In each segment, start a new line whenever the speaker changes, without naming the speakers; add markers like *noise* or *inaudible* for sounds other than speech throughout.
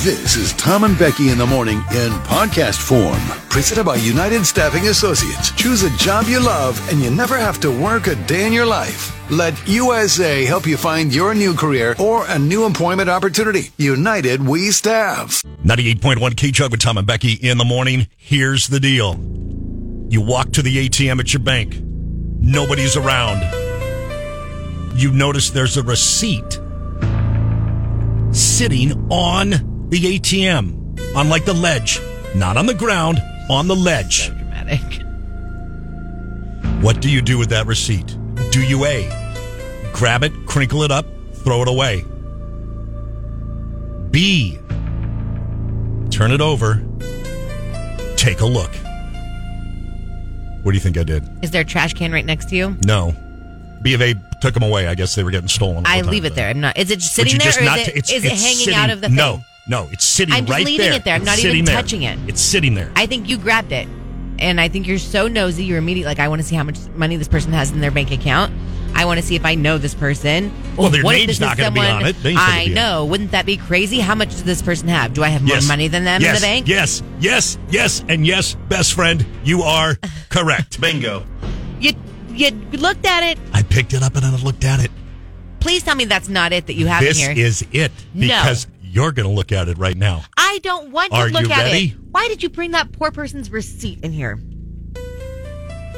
This is Tom and Becky in the morning in podcast form, presented by United Staffing Associates. Choose a job you love and you never have to work a day in your life. Let USA help you find your new career or a new employment opportunity. United We Staff.
98.1 Key Chug with Tom and Becky in the morning. Here's the deal you walk to the ATM at your bank, nobody's around. You notice there's a receipt sitting on the ATM, on like the ledge, not on the ground, on the ledge.
dramatic.
What do you do with that receipt? Do you A, grab it, crinkle it up, throw it away? B, turn it over, take a look. What do you think I did?
Is there a trash can right next to you?
No. B of A took them away. I guess they were getting stolen.
I leave it there. I'm not. Is it just sitting there, or is it, is it hanging out of the thing?
No, no, it's sitting
I'm just
right
leaving
there.
it there. I'm
It's
not even
sitting there.
touching it.
It's sitting there.
I think you grabbed it, and I think you're so nosy. You're immediately like, I want to see how much money this person has in their bank account. I want to see if I know this person.
Well, their
What if
name's
this is
not gonna be
someone-
on it. They ain't gonna
I
be on
know. Wouldn't that be crazy? How much does this person have? Do I have more
Yes.
money than them
yes.
in the bank?
Yes, yes, yes, and yes, best friend, you
*laughs*
are correct. Bingo.
You you looked at it.
I picked it up and I looked at it.
Please tell me that's not it that you have
This
in here.
is it
No.
because you're going to look at it right now.
I don't want
Are
to look
you
at
ready?
it. Why did you bring that poor person's receipt in here?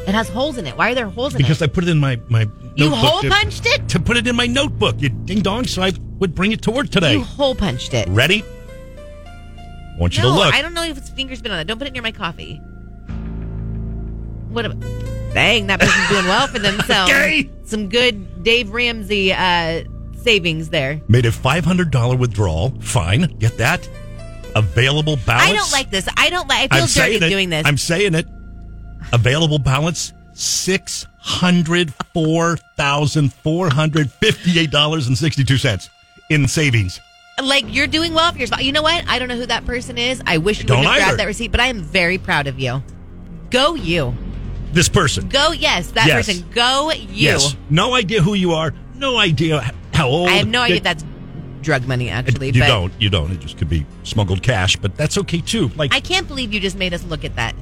It has holes in it. Why are there holes in
Because
it?
I put it in my my
You
notebook
hole
to-
punched it?
to put it in my notebook. You ding dong. So I would bring it to work today.
You hole punched it.
Ready? I want you
no,
to look.
I don't know if his finger's been on it. Don't put it near my coffee. What a dang! That person's doing well
*laughs*
for themselves.
Okay.
Some good Dave Ramsey uh, savings there.
Made a five hundred dollar withdrawal. Fine, get that. Available balance.
I don't like this. I don't like. I
I'm
feel dirty
saying it.
doing this.
I'm saying it. Available balance six hundred four thousand four hundred fifty eight dollars and sixty two cents in savings.
like you're doing well for yourself. You know what? I don't know who that person is. I wish you would
Don't
have
either.
grabbed that receipt, but I am very proud of you. Go you.
This person.
Go yes, that
Yes.
person. Go you.
Yes. No idea who you are. No idea h- how old.
I have no idea
It-
if that's drug money actually.
You
but
don't. You don't. It just could be smuggled cash, but that's okay too. Like
I can't believe you just made us look at that.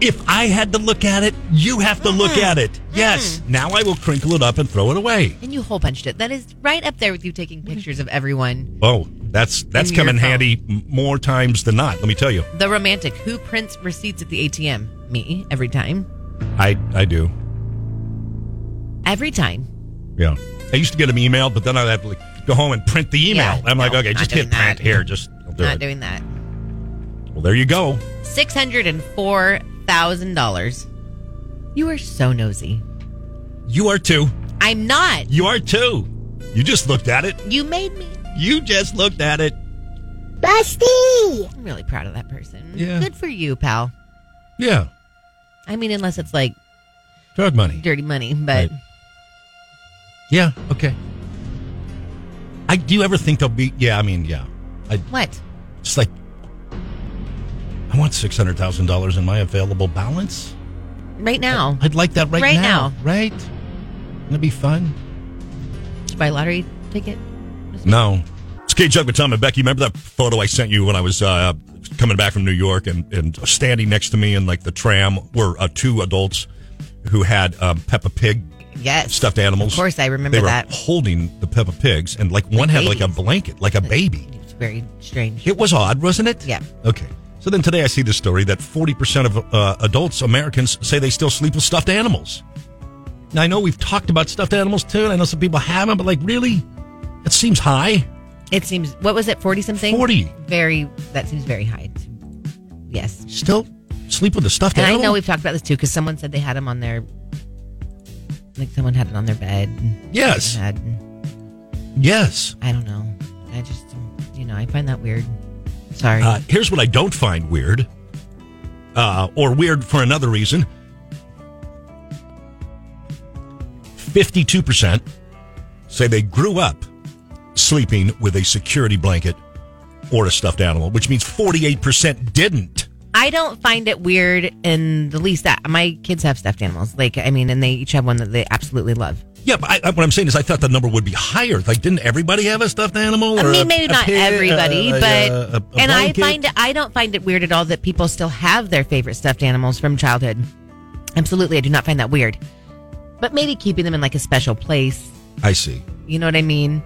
if I had to look at it, you have to look
Uh-huh.
at it. Yes. Now I will crinkle it up and throw it away.
And you hole punched it. That is right up there with you taking pictures of everyone.
Oh, that's that's
In your
come in
phone.
handy m- more times than not. Let me tell you.
The romantic who prints receipts at the ATM? Me every time.
I I do.
Every time.
Yeah. I used to get them emailed, but then I'd have to like, go home and print the email.
Yeah.
I'm like,
No,
okay,
not
just hit
doing that.
print here. Just I'll do
Not
it.
doing that.
well, there you go.
Six hundred and four thousand dollars. You are so nosy.
You are too.
I'm not.
You are too. You just looked at it.
You made me.
You just looked at it.
Busty!
I'm really proud of that person.
Yeah.
Good for you, pal.
Yeah.
I mean, unless it's like
Drug money.
dirty money, but
Right. Yeah. Okay. I do you ever think they'll be? Yeah. I mean, yeah. I
what?
It's like, I want six hundred thousand dollars in my available balance.
Right now,
I'd like that right,
Right
now.
now.
Right? That'd be fun.
did you buy a lottery ticket?
No. It's Kate Chuck with Tom and Becky. Remember that photo I sent you when I was uh, coming back from New York and, and standing next to me in like the tram were uh, two adults who had um, Peppa Pig
Yes.
stuffed animals.
Of course, I remember
they were
that.
holding the Peppa Pigs and like one had like a
babies.
blanket, like a baby.
It's very strange.
It was odd, wasn't it?
Yeah.
Okay. So then today I see this story that 40% of uh, adults, Americans, say they still sleep with stuffed animals. Now, I know we've talked about stuffed animals too, and I know some people haven't, but like, really? That seems high.
It seems. What was it? Forty something.
40.
Very. That seems very high. Yes.
Still sleep with a stuffed
And I
animal?
know we've talked about this too because someone said they had them on their. Like someone had it on their bed.
yes.
Had,
Yes.
I don't know. I just, you know, I find that weird. Sorry.
Uh, here's what I don't find weird, uh, or weird for another reason. 52% say they grew up sleeping with a security blanket or a stuffed animal, which means 48% didn't.
I don't find it Uh, weird in the least that my kids have stuffed animals. Like, I mean, and they each have one that they absolutely love.
Yeah, but I, I, what I'm saying is, I thought the number would be higher. Like, didn't everybody have a stuffed animal?
I
Or
mean,
a-
maybe
a
not
pig,
everybody,
a- a-
but
a- a
and I
blanket?
find it, I don't find it weird at all that people still have their favorite stuffed animals from childhood. Absolutely, I do not find that weird. But maybe keeping them in like a special place,
I see.
you know what I mean?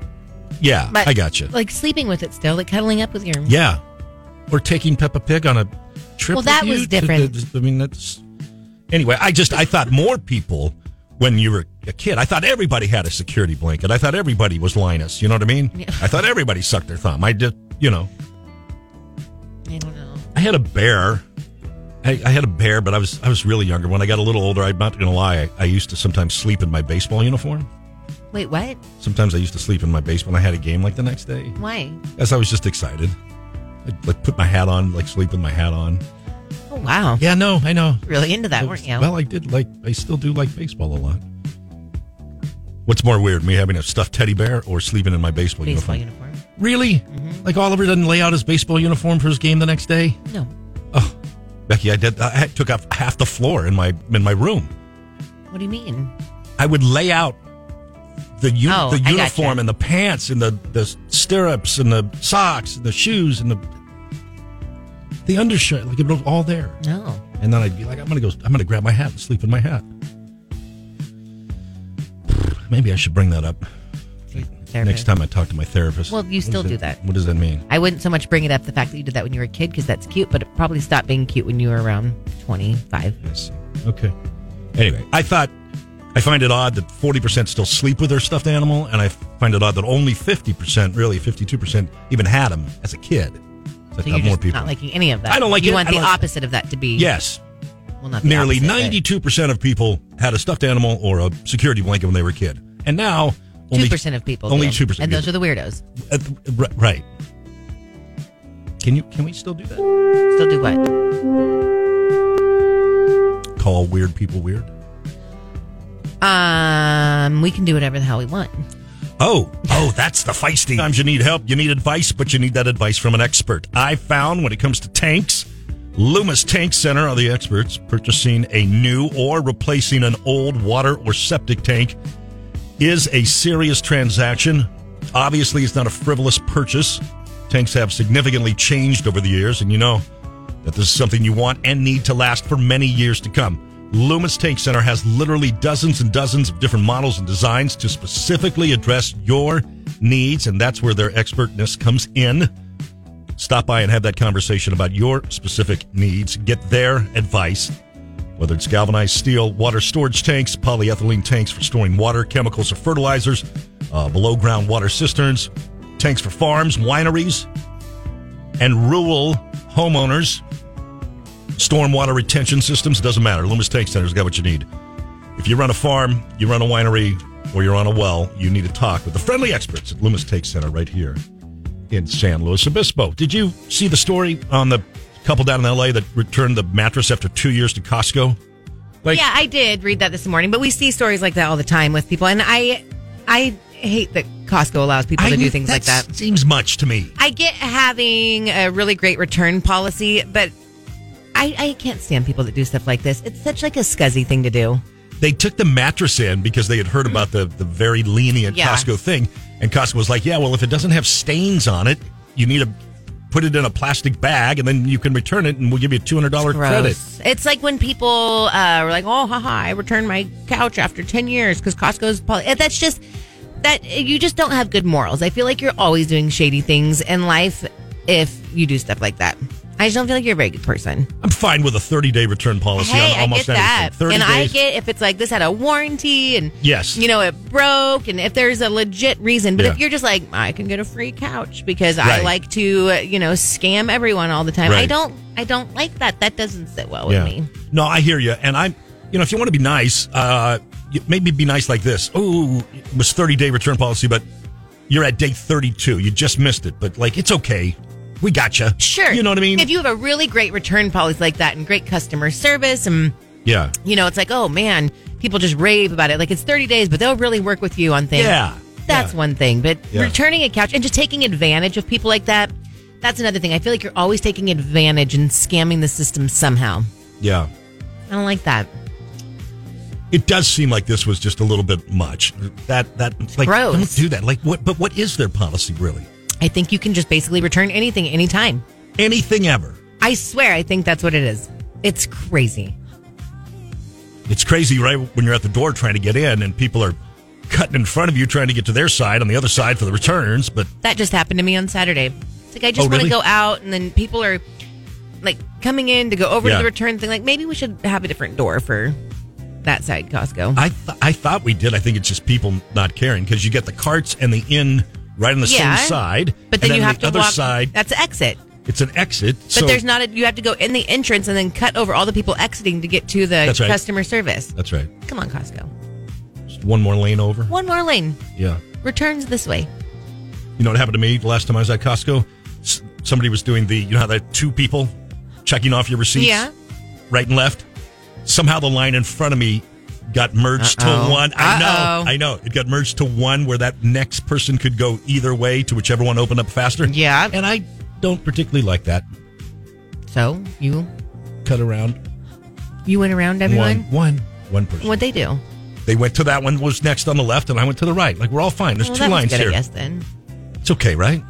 Yeah,
But
I got you.
Like sleeping with it still, like cuddling up with your.
yeah, or taking Peppa Pig on a trip.
Well,
with
that
you
was
to-
different.
to- I mean, that's anyway. I just I thought more people when you were a kid. I thought everybody had a security blanket. I thought everybody was Linus. You know what I mean?
Yeah.
I thought everybody sucked their thumb. I did. You know,
I don't know.
I had a bear. I, I had a bear, but I was I was really younger. When I got a little older, I'm not going to lie. I, I used to sometimes sleep in my baseball uniform.
Wait, what?
Sometimes I used to sleep in my basement. I had a game like the next day.
Why?
As I was just excited, I'd like put my hat on, like sleep with my hat on.
Oh wow,
Yeah, no, I know.
really into that, weren't you?
Well, I did like. I still do like baseball a lot. What's more weird, me having a stuffed teddy bear or sleeping in my baseball,
baseball
uniform?
uniform. Mm-hmm.
Really? Like Oliver doesn't lay out his baseball uniform for his game the next day?
No,
Oh, Becky, I did. I had- took up half the floor in my in my room.
what do you mean?
I would lay out the u-
Oh,
the
I gotcha.
uniform and the pants and the the stirrups and the socks and the shoes and the the undershirt like it was all there.
No,
And then I'd be like, I'm gonna go. I'm gonna grab my hat and sleep in my hat. *sighs* Maybe I should bring that up next
therapist.
time I talk to my therapist.
Well, you
What
still
does
do that.
What does that mean?
I wouldn't so much bring it up the fact that you did that when you were a kid because that's cute, but it probably stopped being cute when you were around 25.
I see. Okay. Anyway, I thought I find it odd that 40% still sleep with their stuffed animal, and I find it odd that only 50%, really 52%, even had them as a kid. So I
So
thought
you're
more
just
people.
not liking any of that.
I don't like
You
it.
want
I
the
don't like-
opposite of that to be
yes.
Well, not the
Nearly
opposite, but-
92% of people had a stuffed animal or a security blanket when they were a kid. And now, only
Two percent of people.
Only
do.
2%.
and those are the weirdos.
Uh, ri- right. Can you? Can we still do that?
Still do what?
Call weird people weird.
Um, we can do whatever the hell we want.
Oh, oh, that's the feisty. Sometimes you need help, you need advice, but you need that advice from an expert. I found when it comes to tanks, Loomis Tank Center are the experts. Purchasing a new or replacing an old water or septic tank is a serious transaction. Obviously, it's not a frivolous purchase. Tanks have significantly changed over the years, and you know that this is something you want and need to last for many years to come. Loomis Tank Center has literally dozens and dozens of different models and designs to specifically address your needs, and that's where their expertness comes in. Stop by and have that conversation about your specific needs. Get their advice, whether it's galvanized steel, water storage tanks, polyethylene tanks for storing water, chemicals, or fertilizers, uh, below ground water cisterns, tanks for farms, wineries, and rural homeowners. Stormwater retention systems, doesn't matter. Loomis Tank Center's got what you need. If you run a farm, you run a winery, or you're on a well, you need to talk with the friendly experts at Loomis Tank Center right here in San Luis Obispo. Did you see the story on the couple down in LA that returned the mattress after two years to Costco? Like,
yeah, I did read that this morning, but we see stories like that all the time with people, and I, I hate that Costco allows people to do things like that.
Seems much to me.
I get having a really great return policy, but I, I can't stand people that do stuff like this. It's such like a scuzzy thing to do.
they took the mattress in because they had heard about the, the very lenient
Yeah.
Costco thing. And Costco was like, yeah, well, if it doesn't have stains on it, you need to put it in a plastic bag and then you can return it and we'll give you a $200 credit.
Gross. It's like when people uh, were like, "Oh, haha, I returned my couch after ten years because Costco's." Poly-. eh, That's just that you just don't have good morals. I feel like you're always doing shady things in life if you do stuff like that. I just don't feel like you're a very good person.
I'm fine with a 30 day return policy
Hey,
on
I get
almost
that,
anything. 30
and I
days.
get if it's like this had a warranty and
Yes.
you know it broke, and if there's a legit reason. But
Yeah.
if you're just like, I can get a free couch because I
Right.
like to, uh, you know, scam everyone all the time. I
Right.
don't, I don't like that. That doesn't sit well with me.
No, I hear you. And I'm, you know, if you want to be nice, uh, you- maybe be nice like this. Oh, it was 30 day return policy, but you're at day 32. You just missed it. But like, it's okay. We gotcha.
Sure.
You know what I mean?
If you have a really great return policy like that and great customer service, and,
yeah.
you know, it's like, oh man, people just rave about it. Like it's 30 days, but they'll really work with you on things.
Yeah.
That's
Yeah.
one thing. But
Yeah.
returning a couch and just taking advantage of people like that, that's another thing. I feel like you're always taking advantage and scamming the system somehow.
Yeah.
I don't like that.
It does seem like this was just a little bit much. That that it's like
Gross.
don't do that. Like what? But what is their policy really?
I think you can just basically return anything anytime.
Anything ever?
I swear, I think that's what it is. It's crazy.
It's crazy, right? When you're at the door trying to get in, and people are cutting in front of you trying to get to their side on the other side for the returns. But
That just happened to me on Saturday. It's like I just
Oh,
want
really?
to go out, and then people are like coming in to go over
Yeah.
to the return thing. Like maybe we should have a different door for that side Costco.
I th- I thought we did. I think it's just people not caring because you get the carts and the in right on the
Yeah.
same side,
but then,
and
you have
the
to
other
walk.
side.
That's the exit.
It's an exit.
But there's not a. You have to go in the entrance and then cut over all the people exiting to get to the
That's right.
customer service.
That's right.
Come on, Costco.
Just one more lane over.
One more lane.
Yeah.
Returns this way.
You know what happened to me the last time I was at Costco? S- somebody was doing the, you know how that two people checking off your receipts?
Yeah.
Right and left. Somehow the line in front of me got merged
Uh-oh.
to one. I
Uh-oh.
know. I know. It got merged to one where that next person could go either way to whichever one opened up faster.
Yeah.
And I don't particularly like that.
So you
Cut around
you went around everyone.
one, one, one person.
What'd they do?
They went to that one was next on the left, and I went to the right. Like we're all fine. There's
well,
two
that
lines
was good,
here.
I guess then.
It's okay, right?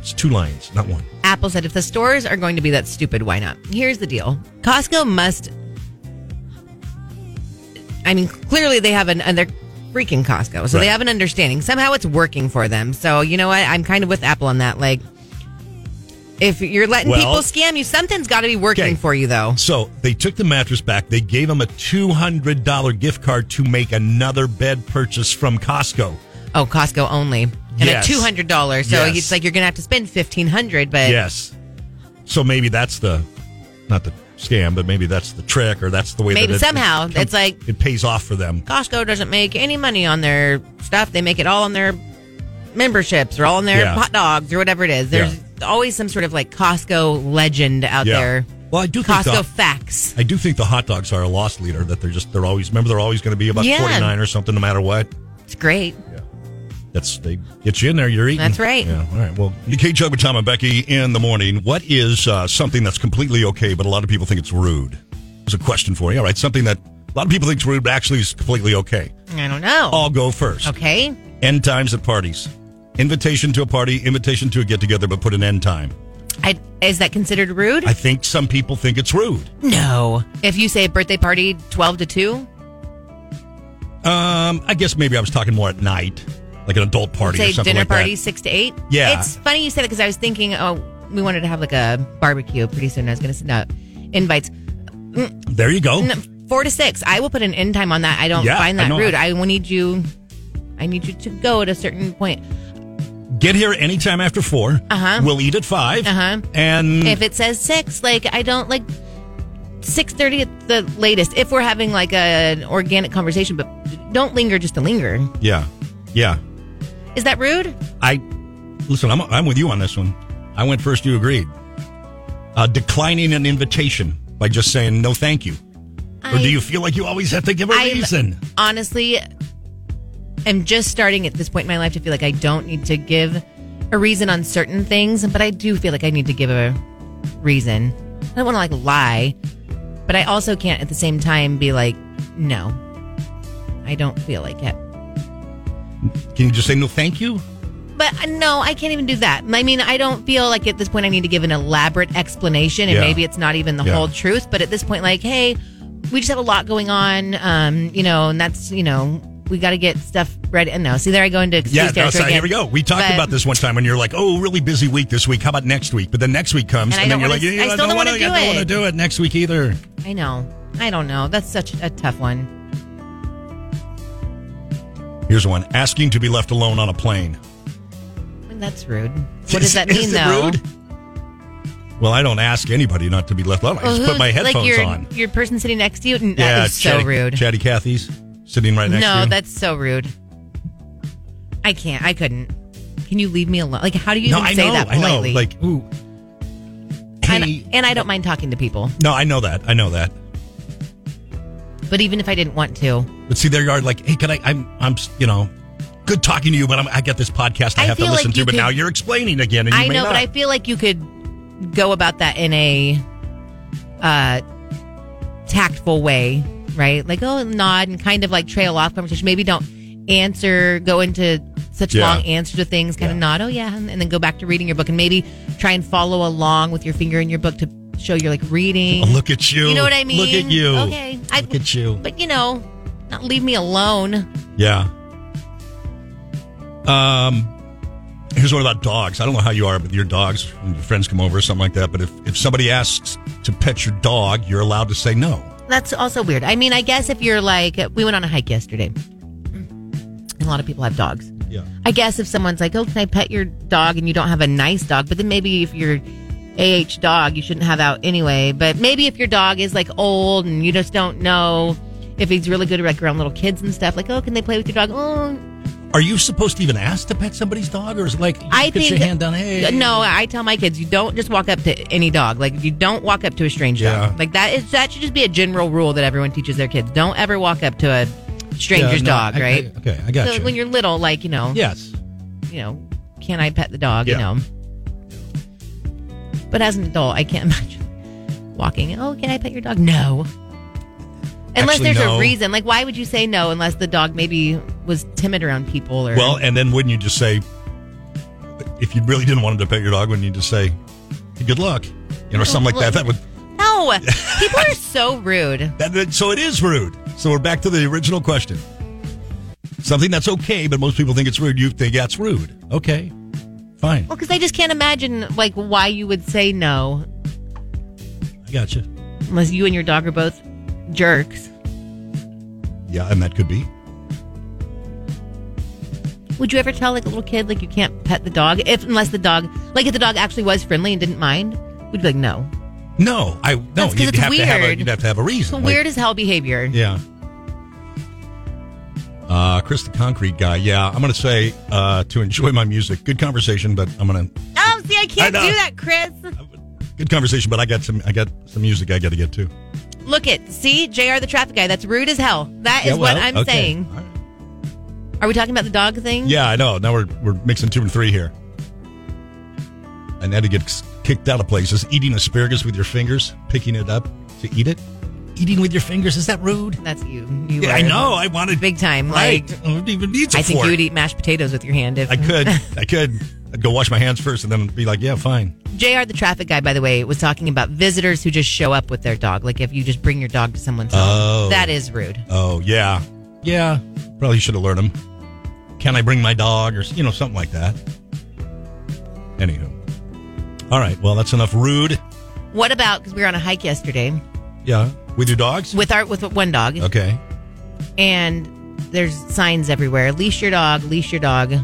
It's two lines, not one.
Apple said, if the stores are going to be that stupid, why not? Here's the deal Costco must. I mean, clearly they have an. And they're freaking Costco. So they
Right.
have an understanding. Somehow it's working for them. So, you know what? I'm kind of with Apple on that. Like, if you're letting
Well-
people scam you, something's got to be working
Okay.
for you, though.
So they took the mattress back. They gave him a two hundred dollar gift card to make another bed purchase from Costco.
Oh, Costco only. And
Yes.
at $200. So
Yes.
it's like you're going to have to spend 1500 but
Yes. So maybe that's the not the scam, but maybe that's the trick, or that's the way.
Maybe
that it-
somehow
it
it's like-
it pays off for them.
Costco doesn't make any money on their stuff. They make it all on their memberships or all on their
Yeah.
hot dogs or whatever it is. There's always some sort of like Costco legend out
Yeah.
there.
Well, I do think
Costco
the-
facts.
I do think the hot dogs are a loss leader. That they're just they're always remember they're always going to be about
Yeah.
forty nine or something, no matter what.
It's great.
That's they get you in there. You're eating.
That's right.
Yeah. All right. Well, DK Jug with Tom and Becky in the morning. What is uh, something that's completely okay, but a lot of people think it's rude? There's a question for you. All right. Something that a lot of people think is rude, but actually is completely okay.
I don't know.
I'll go first.
Okay.
End times at parties. Invitation to a party, invitation to a get together, but put an end time.
I, is that considered rude?
I think some people think it's rude.
no. If you say birthday party 12 to 2,
Um, I guess maybe I was talking more at night, like an adult party
say
or something
dinner
like
party
that.
6 to 8.
Yeah.
It's funny you said that because I was thinking, oh, we wanted to have like a barbecue pretty soon. I was going to send out invites.
There you go.
No, four to six. I will put an end time on that. I don't
Yeah,
find
I
that
know.
rude. I will need you. I need you to go at a certain point.
Get here anytime after four. Uh
Uh-huh.
We'll eat at five.
Uh-huh.
And
If it says six, like I don't like six thirty at the latest. If we're having like a, an organic conversation, but don't linger just to linger.
Yeah, yeah.
Is that rude?
I listen. I'm I'm with you on this one. I went first. You agreed. Uh, declining an invitation by just saying no, thank you. or
I-
do you feel like you always have to give a
I'm-
reason?
Honestly, I'm just starting at this point in my life to feel like I don't need to give a reason on certain things, but I do feel like I need to give a reason. I don't want to like lie, but I also can't at the same time be like, no, I don't feel like it.
Can you just say no, thank you?
But uh, no, I can't even do that. I mean, I don't feel like at this point I need to give an elaborate explanation, and
Yeah.
maybe it's not even the
Yeah.
whole truth. But at this point, like, hey, we just have a lot going on, um, you know, and that's you know, we got to get stuff ready. And no, see, there I go into excuse
Yeah, no,
territory
so
again.
here we go. We talked
But-
about this one time when you're like, "Oh, really busy week this week. How about next week?" But then next week comes,
And I
and, then
don't
you're
wanna-
like, "Yeah,
I
"I
still
don't
don't
want to.
wanna do
I don't want to
it."
do it next week either."
I know. I don't know. That's such a tough one.
Here's one: asking to be left alone on a plane.
I mean, that's rude. What does that mean,
Is it
though?
rude? Well, I don't ask anybody not to be left alone. I
Well,
just put
who's-
my headphones
like your,
on.
Your person sitting next to you, N- that is so
Chatty-
rude.
Chatty Cathy's sitting right next to
no,
you.
that's so rude. I can't. I couldn't. Can you leave me alone? Like, how do you
no,
even
I
say
know,
that
I know.
politely?
Like, ooh,
and,
hey.
and I don't mind talking to people,
no, I know that, I know that.
but even if I didn't want to,
But see, there you are. Like, hey, can I? I'm, I'm, you know, good talking to you, but I'm, I got this podcast I,
I
have to
feel
listen
like
to.
you
But
could-
now you're explaining again, and you
I
may
know.
not.
But I feel like you could go about that in a uh, tactful way, right? Like, oh, nod and kind of like trail off conversation. Maybe don't answer, go into such
Yeah.
long answers to things, kind of nod, oh, yeah, and, and then go back to reading your book and maybe try and follow along with your finger in your book to show you're like reading.
Oh, Look at you.
You know what I mean?
Look at you.
Okay. I-
Look at you.
But, you know, not leave me alone.
Yeah. Um, here's one about dogs. I don't know how you are with your dogs when your friends come over or something like that. But if, if somebody asks to pet your dog, you're allowed to say no.
That's also weird. I mean, I guess if you're like, we went on a hike yesterday, and a lot of people have dogs.
Yeah.
I guess if someone's like, "Oh, can I pet your dog?" and you don't have a nice dog, but then maybe if you're AH dog, you shouldn't have out anyway. But maybe if your dog is like old and you just don't know if he's really good like around little kids and stuff, like, "Oh, can they play with your dog?" Oh,
Are you supposed to even ask to pet somebody's dog, or is it like you
I
put
think
your hand down? Hey,
No, I tell my kids you don't just walk up to any dog. Like you don't walk up to a strange
Yeah.
dog. Like that is that should just be a general rule that everyone teaches their kids. Don't ever walk up to a
Yeah,
stranger's
no,
dog,
I-
right?
I- okay, I got
so
you.
when you're little, like you know,
yes,
you know, can I pet the dog?
Yeah.
You know. But as an adult, I can't *laughs* imagine walking. Oh, can I pet your dog? No. Unless
Actually,
there's
no.
a reason. Like, why would you say no unless the dog maybe was timid around people or.
Well, and then wouldn't you just say, if you really didn't want him to pet your dog, wouldn't you just say, "Hey, good luck, you know, or something like that? That would
no! People are so rude.
that, that- so it is rude. So we're back to the original question. Something that's okay, but most people think it's rude. You think that's rude? Okay, fine.
Well, because I just can't imagine like why you would say no
I got you.
unless you and your dog are both jerks.
Yeah, and that could be.
Would you ever tell like a little kid like you can't pet the dog if unless the dog like if the dog actually was friendly and didn't mind? We'd be like, no.
No, I no.
That's 'cause
you'd
it's
have to have a,
weird.
you'd have to have a reason.
It's
Like,
weird as hell behavior.
Yeah. Uh, Chris the Concrete Guy. Yeah, I'm going to say uh, to enjoy my music. Good conversation, but I'm going to
Oh, see, I can't
I know.
do that, Chris.
good conversation. But I got some. I got some music. I got to get to.
Look it. See, JR the traffic guy. That's rude as hell. That
Yeah,
is
well,
what I'm
okay.
saying.
All right.
Are we talking about the dog thing?
Yeah, I know. Now we're we're mixing two and three here. And had to get kicked out of places. Eating asparagus with your fingers, picking it up to eat it. Eating with your fingers is that rude?
That's you. you
Yeah, I
are
know. I wanted
Big time.
Right.
Like,
I wouldn't even need to
I think
fork.
you would eat mashed potatoes with your hand if
I
*laughs*
could. I could. I'd go wash my hands first, and then be like, "Yeah, fine."
JR, the traffic guy, by the way, was talking about visitors who just show up with their dog. Like if you just bring your dog to someone's
Oh.
home, that is rude.
Oh yeah, yeah. Probably should have learned them. Can I bring my dog, or you know, something like that? Anywho, all right. Well, that's enough rude.
What about because we were on a hike yesterday
Yeah, with your dogs.
with our with one dog,
okay.
and there's signs everywhere: leash your dog, leash your dog, and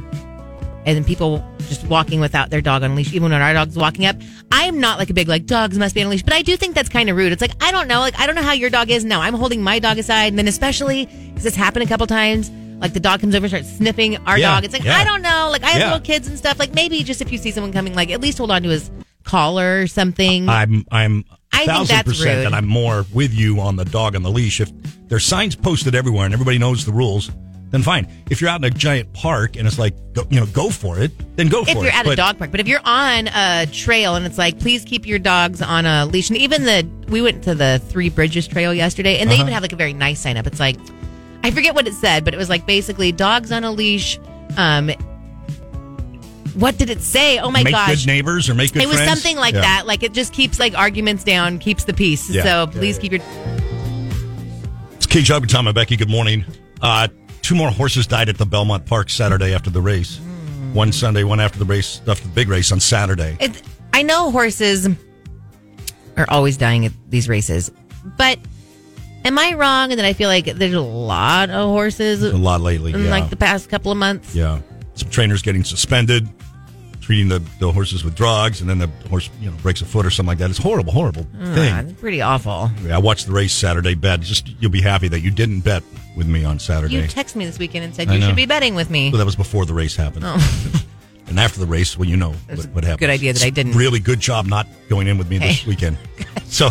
then people just walking without their dog on a leash, even when our dog's walking up. I am not like a big like dogs must be on a leash, but I do think that's kind of rude. It's like I don't know, like I don't know how your dog is now. I'm holding my dog aside, and then especially because it's happened a couple times. Like the dog comes over and starts sniffing our
Yeah,
dog. It's like
yeah.
I don't know. Like I have
Yeah.
little kids and stuff. Like maybe just if you see someone coming, like at least hold on to his collar or something.
I'm I'm
I think
thousand
that's
percent
rude.
that I'm more with you on the dog on the leash. If there's signs posted everywhere and everybody knows the rules, then fine. If you're out in a giant park and it's like go, you know go for it, then go for it.
if you're at a
But-
dog park. But if you're on a trail and it's like, please keep your dogs on a leash. And even the we went to the Three Bridges Trail yesterday, and they
Uh-huh.
even have like a very nice sign up. It's like I forget what it said, but it was like basically dogs on a leash. Um, what did it say? Oh my
make
gosh!
good neighbors or make good
it was
friends.
something like
Yeah.
that. Like it just keeps like arguments down, keeps the peace.
Yeah.
So please keep your.
It's Kate Job and Tom and Becky. Good morning. Uh, two more horses died at the Belmont Park Saturday after the race. One Sunday, one after the race, after the big race on Saturday.
It, I know horses are always dying at these races, but am I wrong? And then I feel like there's a lot of horses
A lot lately.
in
yeah.
Mm, like the past couple of months.
Yeah. Some trainers getting suspended, treating the, the horses with drugs, and then the horse, you know, breaks a foot or something like that. It's horrible, horrible
God,
thing.
it's pretty awful.
Anyway, I watched the race Saturday bet. Just you'll be happy that you didn't bet with me on Saturday.
You texted me this weekend and said
I
you
know.
should be betting with me.
Well, that was before the race happened. *laughs* and after the race, well, you know what,
was Oh. a
what happened.
good idea that I
It's
didn't. *laughs*
Really good job not going in with me this
Hey.
weekend. So